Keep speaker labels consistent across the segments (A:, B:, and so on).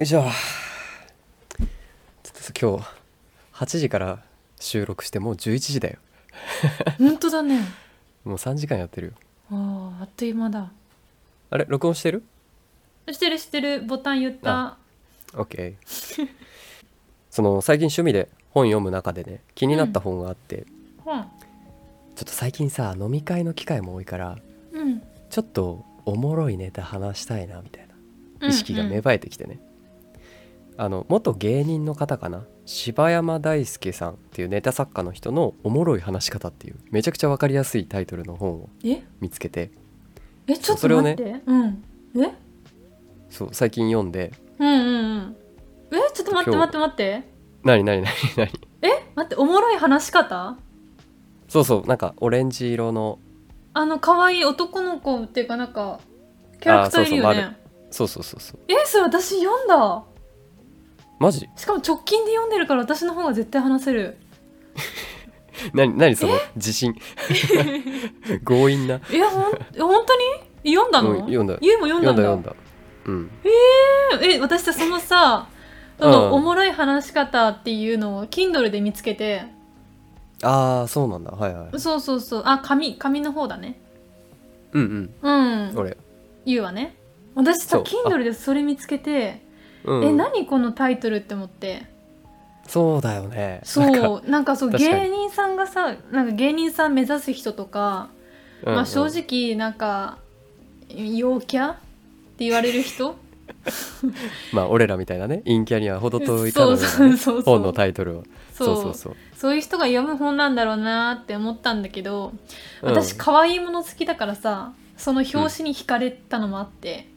A: いしょちょっと今日8時から収録してもう11時だよ
B: 本当だね
A: もう3時間やってるよ
B: あーあっという間だ
A: あれ録音してる
B: してるしてるボタン言った
A: あ ?OK その最近趣味で本読む中でね気になった本があって、
B: 本
A: ちょっと最近さ飲み会の機会も多いから
B: うん
A: ちょっとおもろいネタ話したいなみたいな
B: うん
A: 意識が芽
B: うん
A: 生えてきてね、あの元芸人の方かな柴山大輔さんっていうネタ作家の人の「おもろい話し方」っていうめちゃくちゃ分かりやすいタイトルの本を
B: え
A: 見つけて
B: えちょっ
A: そ
B: と
A: れを
B: 待
A: ね
B: って、うんえ
A: そう最近読んで
B: うんうんうんえちょっと待って
A: 今
B: 待っ
A: 日
B: て待って
A: 「何何 何何
B: え待っておもろい話し方
A: そうそうなんかオレンジ色の
B: あの可愛い男の子っていうかなんかキャラクターいるよ
A: あー
B: ね
A: そうそうそうそう
B: えそれ私読んだ
A: マジ
B: しかも直近で読んでるから私の方が絶対話せる
A: 何何その自信強引ない
B: やほんえ本当に読んだ
A: うん
B: の
A: 読んだ
B: ゆいも読んだ
A: 読ん
B: ん
A: だ
B: だ
A: 読んだうん
B: え私さそのさ
A: う
B: そ
A: ん
B: のおもろい話し方っていうのを Kindle で見つけて
A: ああそうなんだはいはい
B: そうそうそうあ紙紙の方だね
A: うん
B: うん
A: うん俺
B: 言うわね私さ
A: そうあ
B: Kindle でそれ見つけて、
A: うん、
B: え何このタイトルって思って
A: そうだよね
B: そ
A: なん
B: う
A: か
B: なんかそう
A: 確かに
B: 芸人さんがさなんか芸人さん目指す人とか、
A: うんう
B: まあ
A: ん
B: 正直なんか陽キャって言われる人
A: まあ俺らみたいなね陰キャには程遠い彼
B: そう
A: 女
B: そ
A: が
B: う
A: ね
B: そうそ
A: 本の
B: う
A: タイトルを そうそうそう
B: そういう人が読む本なんだろうなって思ったんだけど、
A: うん
B: 私可愛いもの好きだからさその表紙に惹かれたのもあって、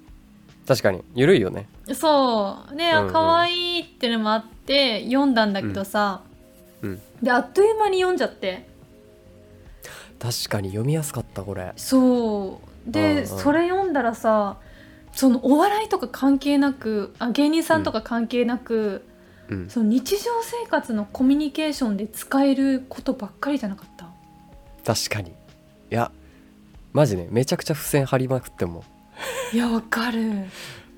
A: 確かにゆるいよね
B: そうで、あ
A: うんうん
B: 可愛いってのもあって読んだんだけどさ、
A: うん
B: であっという間に読んじゃって
A: 確かに読みやすかったこれ
B: そう
A: うんう
B: で、
A: ん
B: それ読んだらさそのお笑いとか関係なくあ芸人さんとか関係なく、
A: うん
B: その日常生活のコミュニケーションで使えることばっかりじゃなかった
A: 確かにいやマジねめちゃくちゃ付箋貼りまくっても
B: いやわかる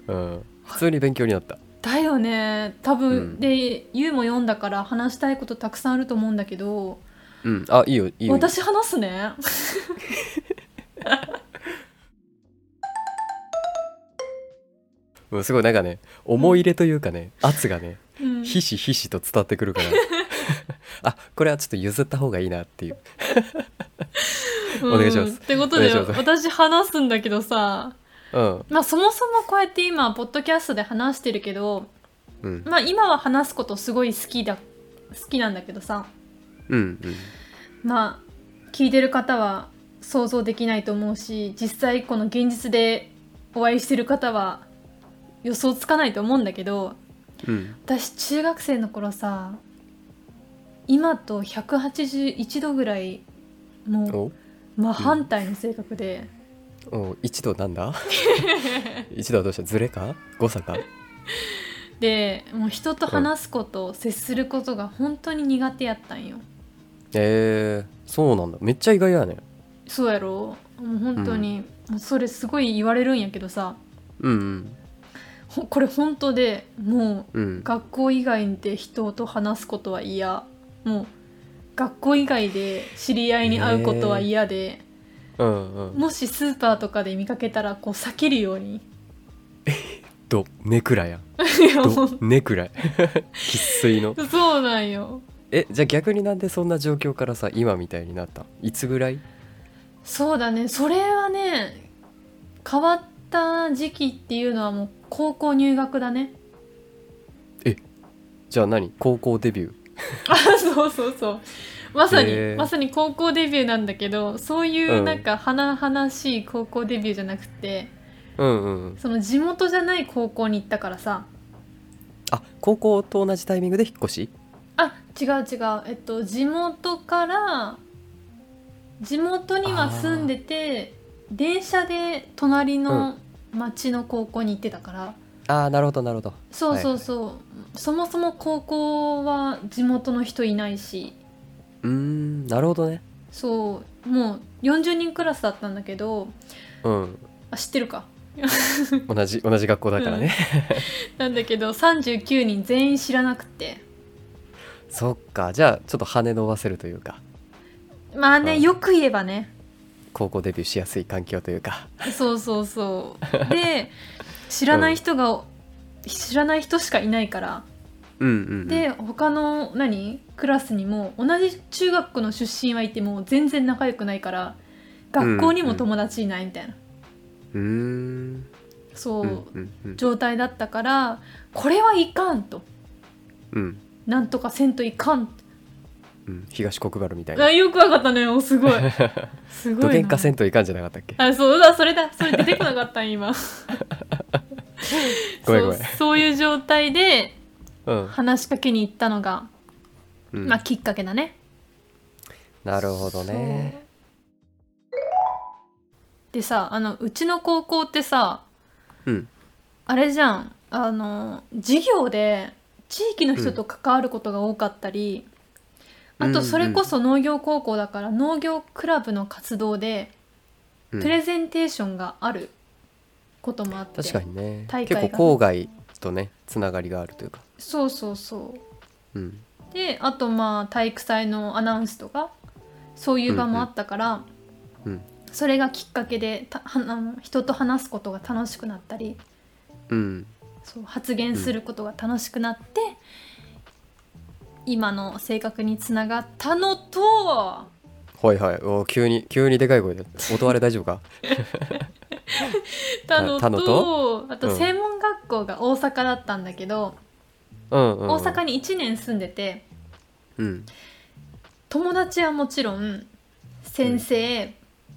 A: うん普通に勉強になった
B: だよね多分、
A: うん
B: でゆうも読んだから話したいことたくさんあると思うんだけど
A: うんあいいよいいよ
B: 私話 すね
A: うんすごいなんかね思い入れというかね圧がね
B: うん
A: ひしひしと伝わってくるから あこれはちょっと譲った方がいいなっていう
B: うん
A: お願いします
B: ってこと
A: お
B: で
A: 願いします
B: 私話すんだけどさ
A: うん
B: まあそもそもこうやって今ポッドキャストで話してるけど
A: うん
B: まあ今は話すことすごい好きだ好きなんだけどさ
A: うんうん
B: まあ聞いてる方は想像できないと思うし実際この現実でお会いしてる方は予想つかないと思うんだけど
A: うん
B: 私中学生の頃さ今と181度ぐらいも
A: お
B: う真反対の性格で、
A: お一度なん だ一度はどうしたズレか誤差か
B: でもう人と話すこと、接することが本当に苦手やったんよ
A: えー、そうなんだめっちゃ意外やね
B: そうやろもう本当に、もうそれすごい言われるんやけどさ
A: うん
B: ほこれ本当でも
A: うんう
B: うん学校以外で人と話すことは嫌もう学校以外で知り合いに会うことは嫌で。
A: うんうん
B: もしスーパーとかで見かけたらこう避けるように
A: どネクラやん
B: いやも
A: ど
B: う
A: ネク ラ生粋の
B: そうなんよ
A: えじゃあ逆になんでそんな状況からさ今みたいになったいつぐらい
B: そうだねそれはね変わった時期っていうのはもう高校入学だね
A: じゃあ何高校デビュー
B: あそうそうそうまさに、
A: へー
B: まさに高校デビューなんだけどそういううんなんか華々しい高校デビューじゃなくて
A: うんうん
B: その地元じゃない高校に行ったからさ
A: あ高校と同じタイミングで引っ越し
B: あ違う違うえっと地元から地元には住んでて電車で隣の町の高校に行ってたから、
A: ああなるほどなるほど
B: そうそうそう、そもそも高校は地元の人いないし
A: うーんなるほどね
B: そうもう40人クラスだったんだけど
A: うん
B: あ知ってるか
A: 同じ同じ学校だからね、
B: なんだけど39人全員知らなくて
A: そっかじゃあちょっと跳ね伸ばせるというか
B: まあね、
A: うん
B: よく言えばね
A: 高校デビューしやすい環境というか
B: そうそうそうで知らない人が、知らない人しかいないから
A: うんうんうん
B: で他の何クラスにも同じ中学校の出身はいても全然仲良くないから学校にも友達いないみたいな、
A: うーん
B: そう、
A: うんうんうん
B: 状態だったからこれはいかんと
A: うん
B: なんとかせんといかん
A: うん東国原みたい
B: あ
A: な
B: よくわかったねおす ごいすごい
A: ど
B: な
A: げんかせんといかんじゃなかったっけ
B: あそうだそれだそれ出てこなかった今
A: ごめんごめん
B: そうそういう状態で
A: うん、
B: 話しかけに行ったのが、
A: うん
B: まあきっかけだね
A: なるほどね
B: そうでさあのうちの高校ってさ
A: うん
B: あれじゃんあの授業で地域の人と関わることが多かったり、
A: うん
B: あとそれこそ農業高校だから農業クラブの活動で
A: うん
B: プレゼンテーションがあることもあって、
A: 確かにね
B: 大会
A: 結
B: が
A: 構郊外とねつながりがあるというか
B: そうそうそう
A: うん
B: であとまあ体育祭のアナウンスとかそういう場もあったから、
A: うん
B: それがきっかけでたはあの人と話すことが楽しくなったり
A: うん
B: そう発言することが楽しくなって、今の性格につながったのと
A: はいはいお急に急にでかい声で音あれ大丈夫か
B: たのと
A: たの
B: あ
A: う
B: と
A: ん
B: 専門学校が大阪だったんだけど、
A: うんうんうん、
B: 大阪に1年住んでて
A: うん
B: 友達はもちろん先生、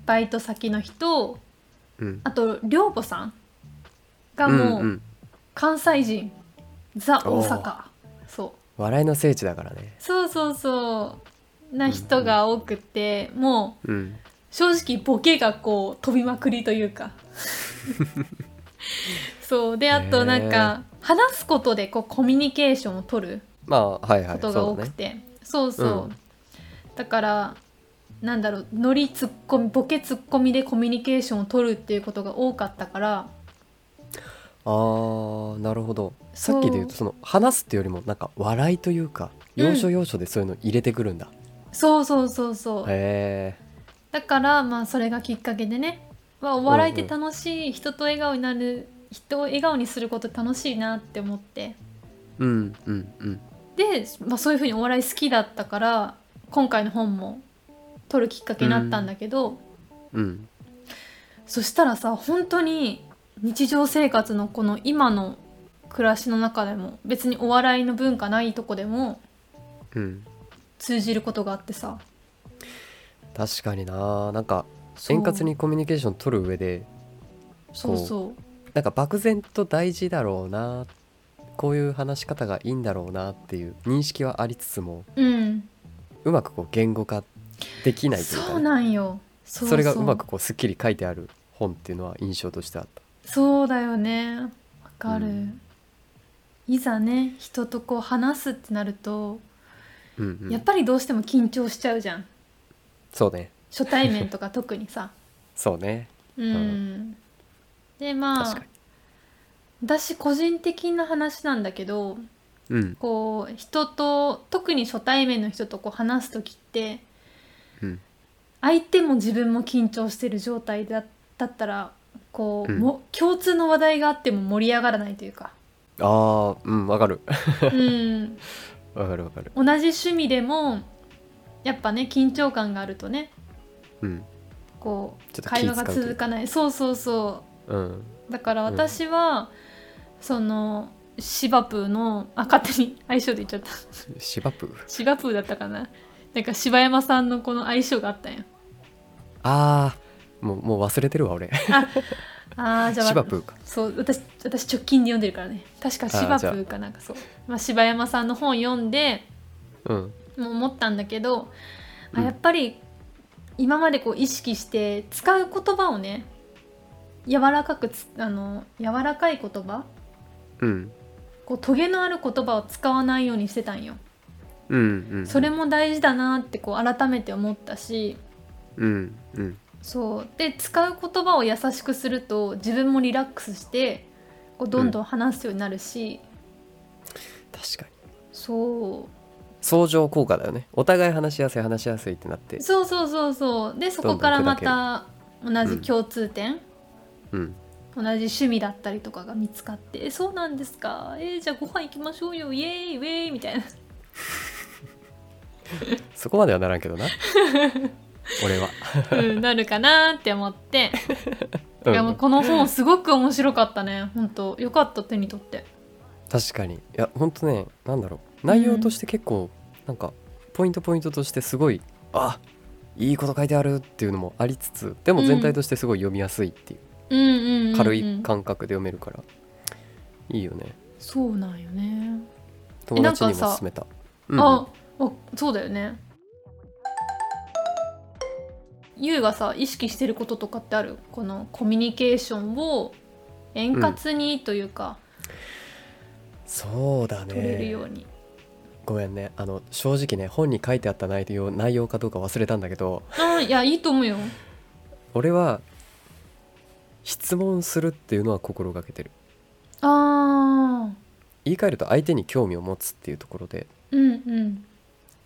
B: バイト先の人
A: うん
B: あと寮母さんが
A: うん
B: も
A: う
B: うん関西人、ザ大
A: おー
B: 阪そう
A: 笑いの聖地だからね
B: そうそうそうな人が多くて、もう
A: うん
B: 正直ボケがこう飛びまくりというかそうであとなんか、話すことでこうコミュニケーションを取る
A: まあはいはい
B: ことが
A: そ
B: 多
A: うだ
B: く
A: ね
B: て、そうそう
A: うん
B: だからなんだろうノリツッコミボケツッコミでコミュニケーションを取るっていうことが多かったから
A: あーなるほどさっきで言うと
B: そう
A: その話すっていうよりもなんか笑いというか
B: うん
A: 要所要所でそういうの入れてくるんだ、
B: そうそうそうそう、
A: へ
B: だからまあそれがきっかけでね、まあ、お笑いって楽しい、人と笑顔になる人を笑顔にすること楽しいなって思って
A: えうんうんうん
B: で、まあ、そういうふうにお笑い好きだったから今回の本も撮るきっかけになったんだけど、
A: うん
B: そしたらさ本当に日常生活のこの今の暮らしの中でも別にお笑いの文化ないとこでも
A: うん
B: 通じることがあってさ
A: 確かにななんか
B: そう
A: 円滑にコミュニケーション取る上で
B: そうそう
A: なんか漠然と大事だろうなこういう話し方がいいんだろうなっていう認識はありつつも
B: うん
A: うまくこう言語化できないというかね、
B: そうなんよそう
A: それが
B: そう
A: まくこうすっきり書いてある本っていうのは印象としてあった
B: そうだよねわかる、
A: うん
B: いざね人とこう話すってなると、
A: うんうん
B: やっぱりどうしても緊張しちゃうじゃん
A: そうね
B: 初対面とか特にさ
A: そうね
B: うん、でま
A: 確か
B: あ私個人的な話なんだけど
A: にうん
B: こう人と特に初対面の人とこう話す時って
A: うん
B: 相手も自分も緊張してる状態だだったらこう、
A: うん
B: も共通の話題があっても盛り上がらないとい うか、
A: あーうんわかる
B: うん、
A: わかるわかる
B: 同じ趣味でもやっぱね緊張感があるとね
A: うん
B: こう
A: ちょっと気
B: 会話が
A: 使うという
B: 続かないそうそうそ
A: うん
B: うだから私は、そのシバプーのあ勝手に 相性で言っちゃった
A: 芝生
B: シバプーだったかななんか柴山さんのこの相性があったんや
A: あーもうもう忘れてるわ俺
B: あーじゃあ
A: 芝生か
B: そう私私直近で読んでるからね確かシバプーかなんかそうまあ、柴山さんの本読んで
A: うん
B: もう思ったんだけど、
A: う
B: あ
A: ん
B: やっぱり今までこう意識して使う言葉をね柔らかくつあの柔らかい言葉
A: うん
B: こうトゲのある言葉を使わないようにしてたんよ。
A: うんうん
B: それも大事だなってこう改めて思ったし
A: うんうん
B: そうで使う言葉を優しくすると自分もリラックスしてこうどんどん話すようになるし、
A: 確かに
B: そう
A: 相乗効果だよねお互い話しやすい話しやすいってなって
B: そうそうそうそうでそこからまた同じ共通点、
A: うん
B: 同じ趣味だったりとかが見つかってえ「そうなんですかえーじゃあご飯行きましょうよイエーイウェーイ」みたいな
A: そこまではならんけ どな俺は、
B: うんなるかなって思 って、
A: うん
B: いやもうこの本すごく面白かったね本当よかった手に取って
A: 確かにいやほんとねなんだろう内容として結構、なんかポイントポイントとしてすごいあいいこと書いてあるっていうのもありつつでも全体としてすごい読みやすいっていう、
B: うんうんうんうん
A: 軽い感覚で読めるから、いいよね
B: そうなんよね、
A: 友達にも
B: なんかさ
A: 勧めた、うんうん
B: ああそうだよねゆうがさ意識してることとかってあるこのコミュニケーションを円滑にというか、
A: そうだね
B: 取れるように、
A: ごめんねあの正直ね本に書いてあった内容内容かどうか忘れたんだけど
B: ああいやいいと思うよ
A: 俺は質問するっていうのは心がけてる
B: ああ
A: 言い換えると相手に興味を持つっていうところで
B: うんうん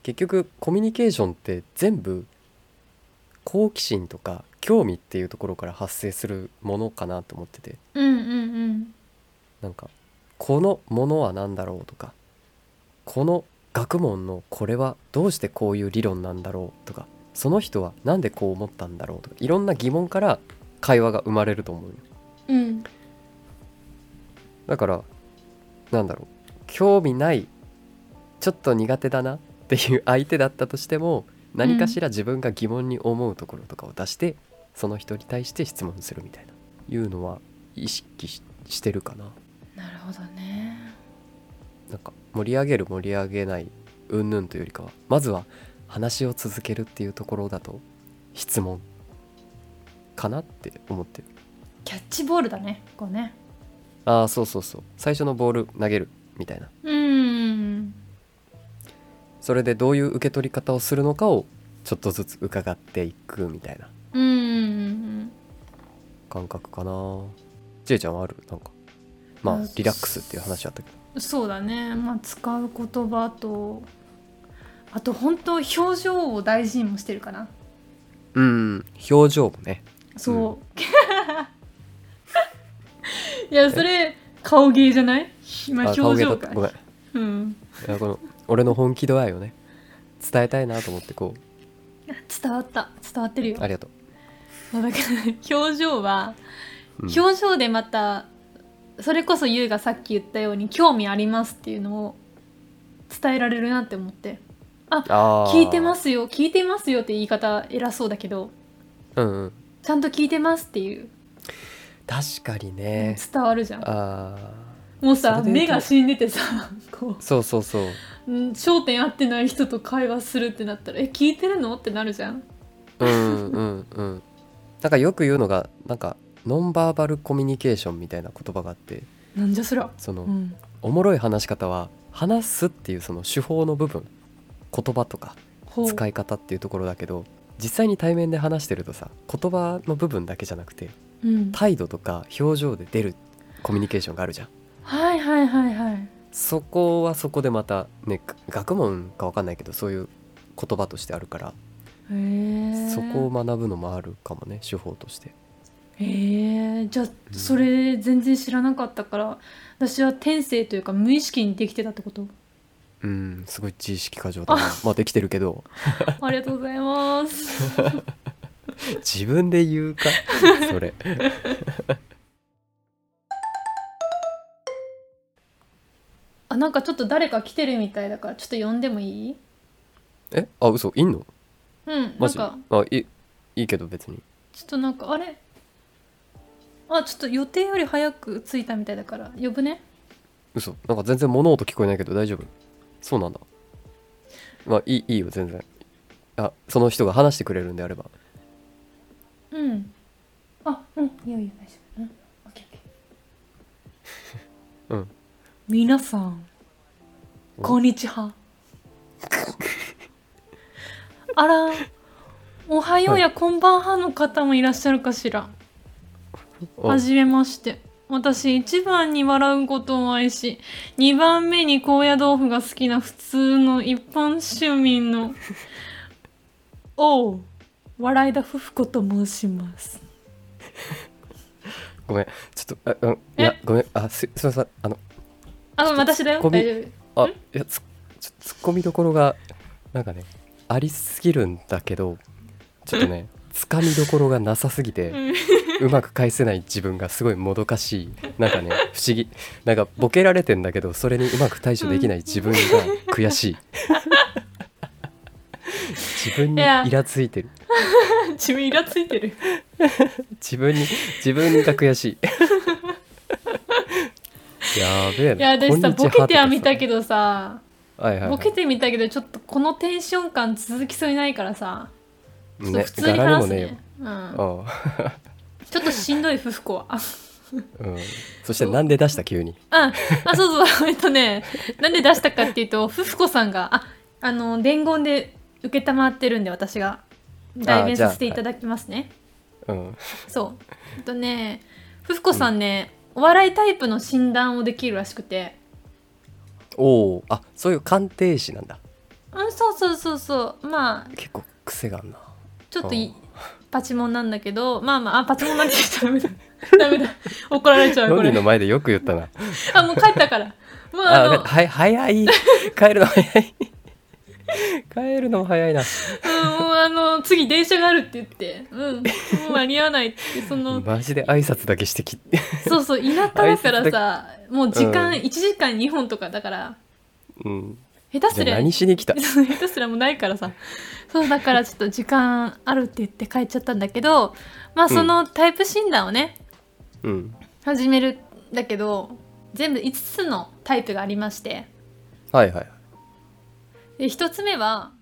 A: 結局コミュニケーションって全部好奇心とか興味っていうところから発生するものかなと思ってて
B: うんうんうん
A: なんかこのものは何だろうとかこの学問のこれはどうしてこういう理論なんだろうとかその人は何でこう思ったんだろうとかいろんな疑問から会話が生まれると思うよ
B: うん
A: だからなんだろう興味ないちょっと苦手だなっていう 相手だったとしても何かしら自分が疑問に思うところとかを出して、その人に対して質問するみたいないうのは意識ししてるかな。
B: なるほどね
A: なんか盛り上げる盛り上げない云々というよりかはまずは話を続けるっていうところだと質問かなって思ってる。
B: キャッチボールだねこうね
A: ああそうそうそう最初のボール投げるみたいな
B: うん
A: それでどういう受け取り方をするのかをちょっとずつ伺っていくみたいな
B: うんうん
A: 感覚かなちえちゃんはあるなんかまあ
B: うん
A: リラックスっていう話あったけど
B: うんそうだねまあ使う言葉とあと本当表情を大事にもしてるかな
A: うん表情もね
B: そう、 いやそれ顔芸じゃない今
A: あ
B: 表
A: だ
B: 情
A: っ
B: か
A: たごめんい
B: うん
A: やこの俺の本気度合いをね伝えたいなと思ってこう
B: 伝わった伝わってるよ
A: ありがとう
B: まあだから表情は、
A: うん
B: 表情でまたそれこそ優がさっき言ったように興味ありますっていうのを伝えられるなって思って
A: あ
B: 聞いてますすよ聞いてますよって言い方偉そうだけど
A: うん、うん、
B: ちゃんと聞いてますっていう
A: 確かにね
B: 伝わるじゃん、
A: あ
B: もうさ
A: それで言
B: 目
A: うと
B: が死んでてさ こ
A: ーそうそうそう
B: うん焦点合ってない人と会話するってなったらえ聞いてるのってなるじゃん
A: うんうんうんなんかよく言うのがなんかノンバーバルコミュニケーションみたいな言葉があって
B: なんじゃそら
A: その、
B: うん
A: おもろい話し方は話すっていうその手法の部分言葉とか
B: ほう
A: 使い方っていうところだけど実際に対面で話してるとさ言葉の部分だけじゃなくて
B: うん、
A: 態度とか表情で出るコミュニケーションがあるじゃん
B: はいはいはいはい
A: そこはそこでまたねが学問か分かんないけどそういう言葉としてあるから
B: へえ
A: そこを学ぶのもあるかもね手法として
B: へえじゃあそれ全然知らなかったから私は天性というか無意識にできてたってこと
A: うんすごい知識過剰だなまあできてるけど
B: ありがとうござい ます
A: 自分で言うかそれ
B: あなんかちょっと誰か来てるみたいだからちょっと呼んでもいい
A: えあ嘘いんの
B: うんな
A: マ
B: ん
A: ジ
B: か
A: あいいいいけど別に
B: ちょっとなんかあれあちょっと予定より早く着いたみたいだから呼ぶね
A: 嘘なんか全然物音聞こえないけど大丈夫そうなんだまあいいいいよ全然あその人が話してくれるんであれば
B: うんあうんいいよいいよ大丈夫うんオッケーオッケー
A: うん
B: 皆さん
A: お
B: こんにちはあらおはよう
A: はい
B: やこんばんはの方もいらっしゃるかしら。
A: お
B: はじめまして。私一番に笑うことを愛し二番目に高野豆腐が好きな普通の一般市民の おう笑いだ夫婦子と申します
A: ごめんちょっとあうんいや
B: え
A: ごめんあすすいませんあの
B: あ私だよ
A: ツッコミ
B: 大丈夫
A: あいやつちょツッコミどころがなんかねありすぎるんだけどちょっとねつかみどころがなさすぎてうまく返せない自分がすごいもどかしいなんかね不思議なんかボケられてんだけどそれにうまく対処できない自分が悔しい自分にイラついてる
B: 自分イラついてる
A: 自分に自分が悔 しいやべえ
B: いや
A: な
B: 私さ
A: こん
B: ボ
A: にち
B: ケ
A: は
B: てはみた
A: とか
B: けどさ
A: さはいはいはい
B: ボケてみたけどちょっとこのテンション感続きそうにないからさちょっと
A: ね
B: 普通に
A: 柄に
B: 話
A: も
B: す
A: ねえ
B: ね
A: よ
B: うん、
A: ああ
B: ちょっとしんどい夫婦子は
A: うん、そしてなんで出した急に
B: ああそうそう えっとねなんで出したかっていうと夫婦子さんがああの伝言で承ってるんで私が代弁させていただきますね
A: うん
B: そうえっとね夫婦子さんね、お笑いタイプの診断をできるらしくて
A: おおあそういう鑑定士なんだ
B: うんそうそうそうそうまあ
A: 結構癖があるな
B: ちょっとい
A: あ
B: パチモンなんだけどまあまああパチモンなんだけどダメだ ダメだ怒られちゃうこ
A: 本
B: れ
A: 人の前でよく言ったな
B: あもう帰ったからもう
A: あ
B: あの
A: は早い帰るの早い帰るのも早いな
B: うんもうあの次電車があるって言ってうんもう間に合わないって言ってその
A: マジで挨拶だけしてき
B: そうそう田舎だから
A: 挨拶
B: さもう時間
A: うん
B: 1時間2本とかだから
A: うん
B: 下手
A: じ
B: す
A: ゃあ
B: りゃ
A: 何しに来た
B: 下手すらもうないからさそうだからちょっと時間あるって言って帰っちゃったんだけどまあそのタイプ診断をね
A: うん
B: 始めるんだけど全部5つのタイプがありまして
A: はいはい
B: で1つ目は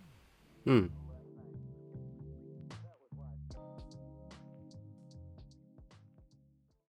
A: うん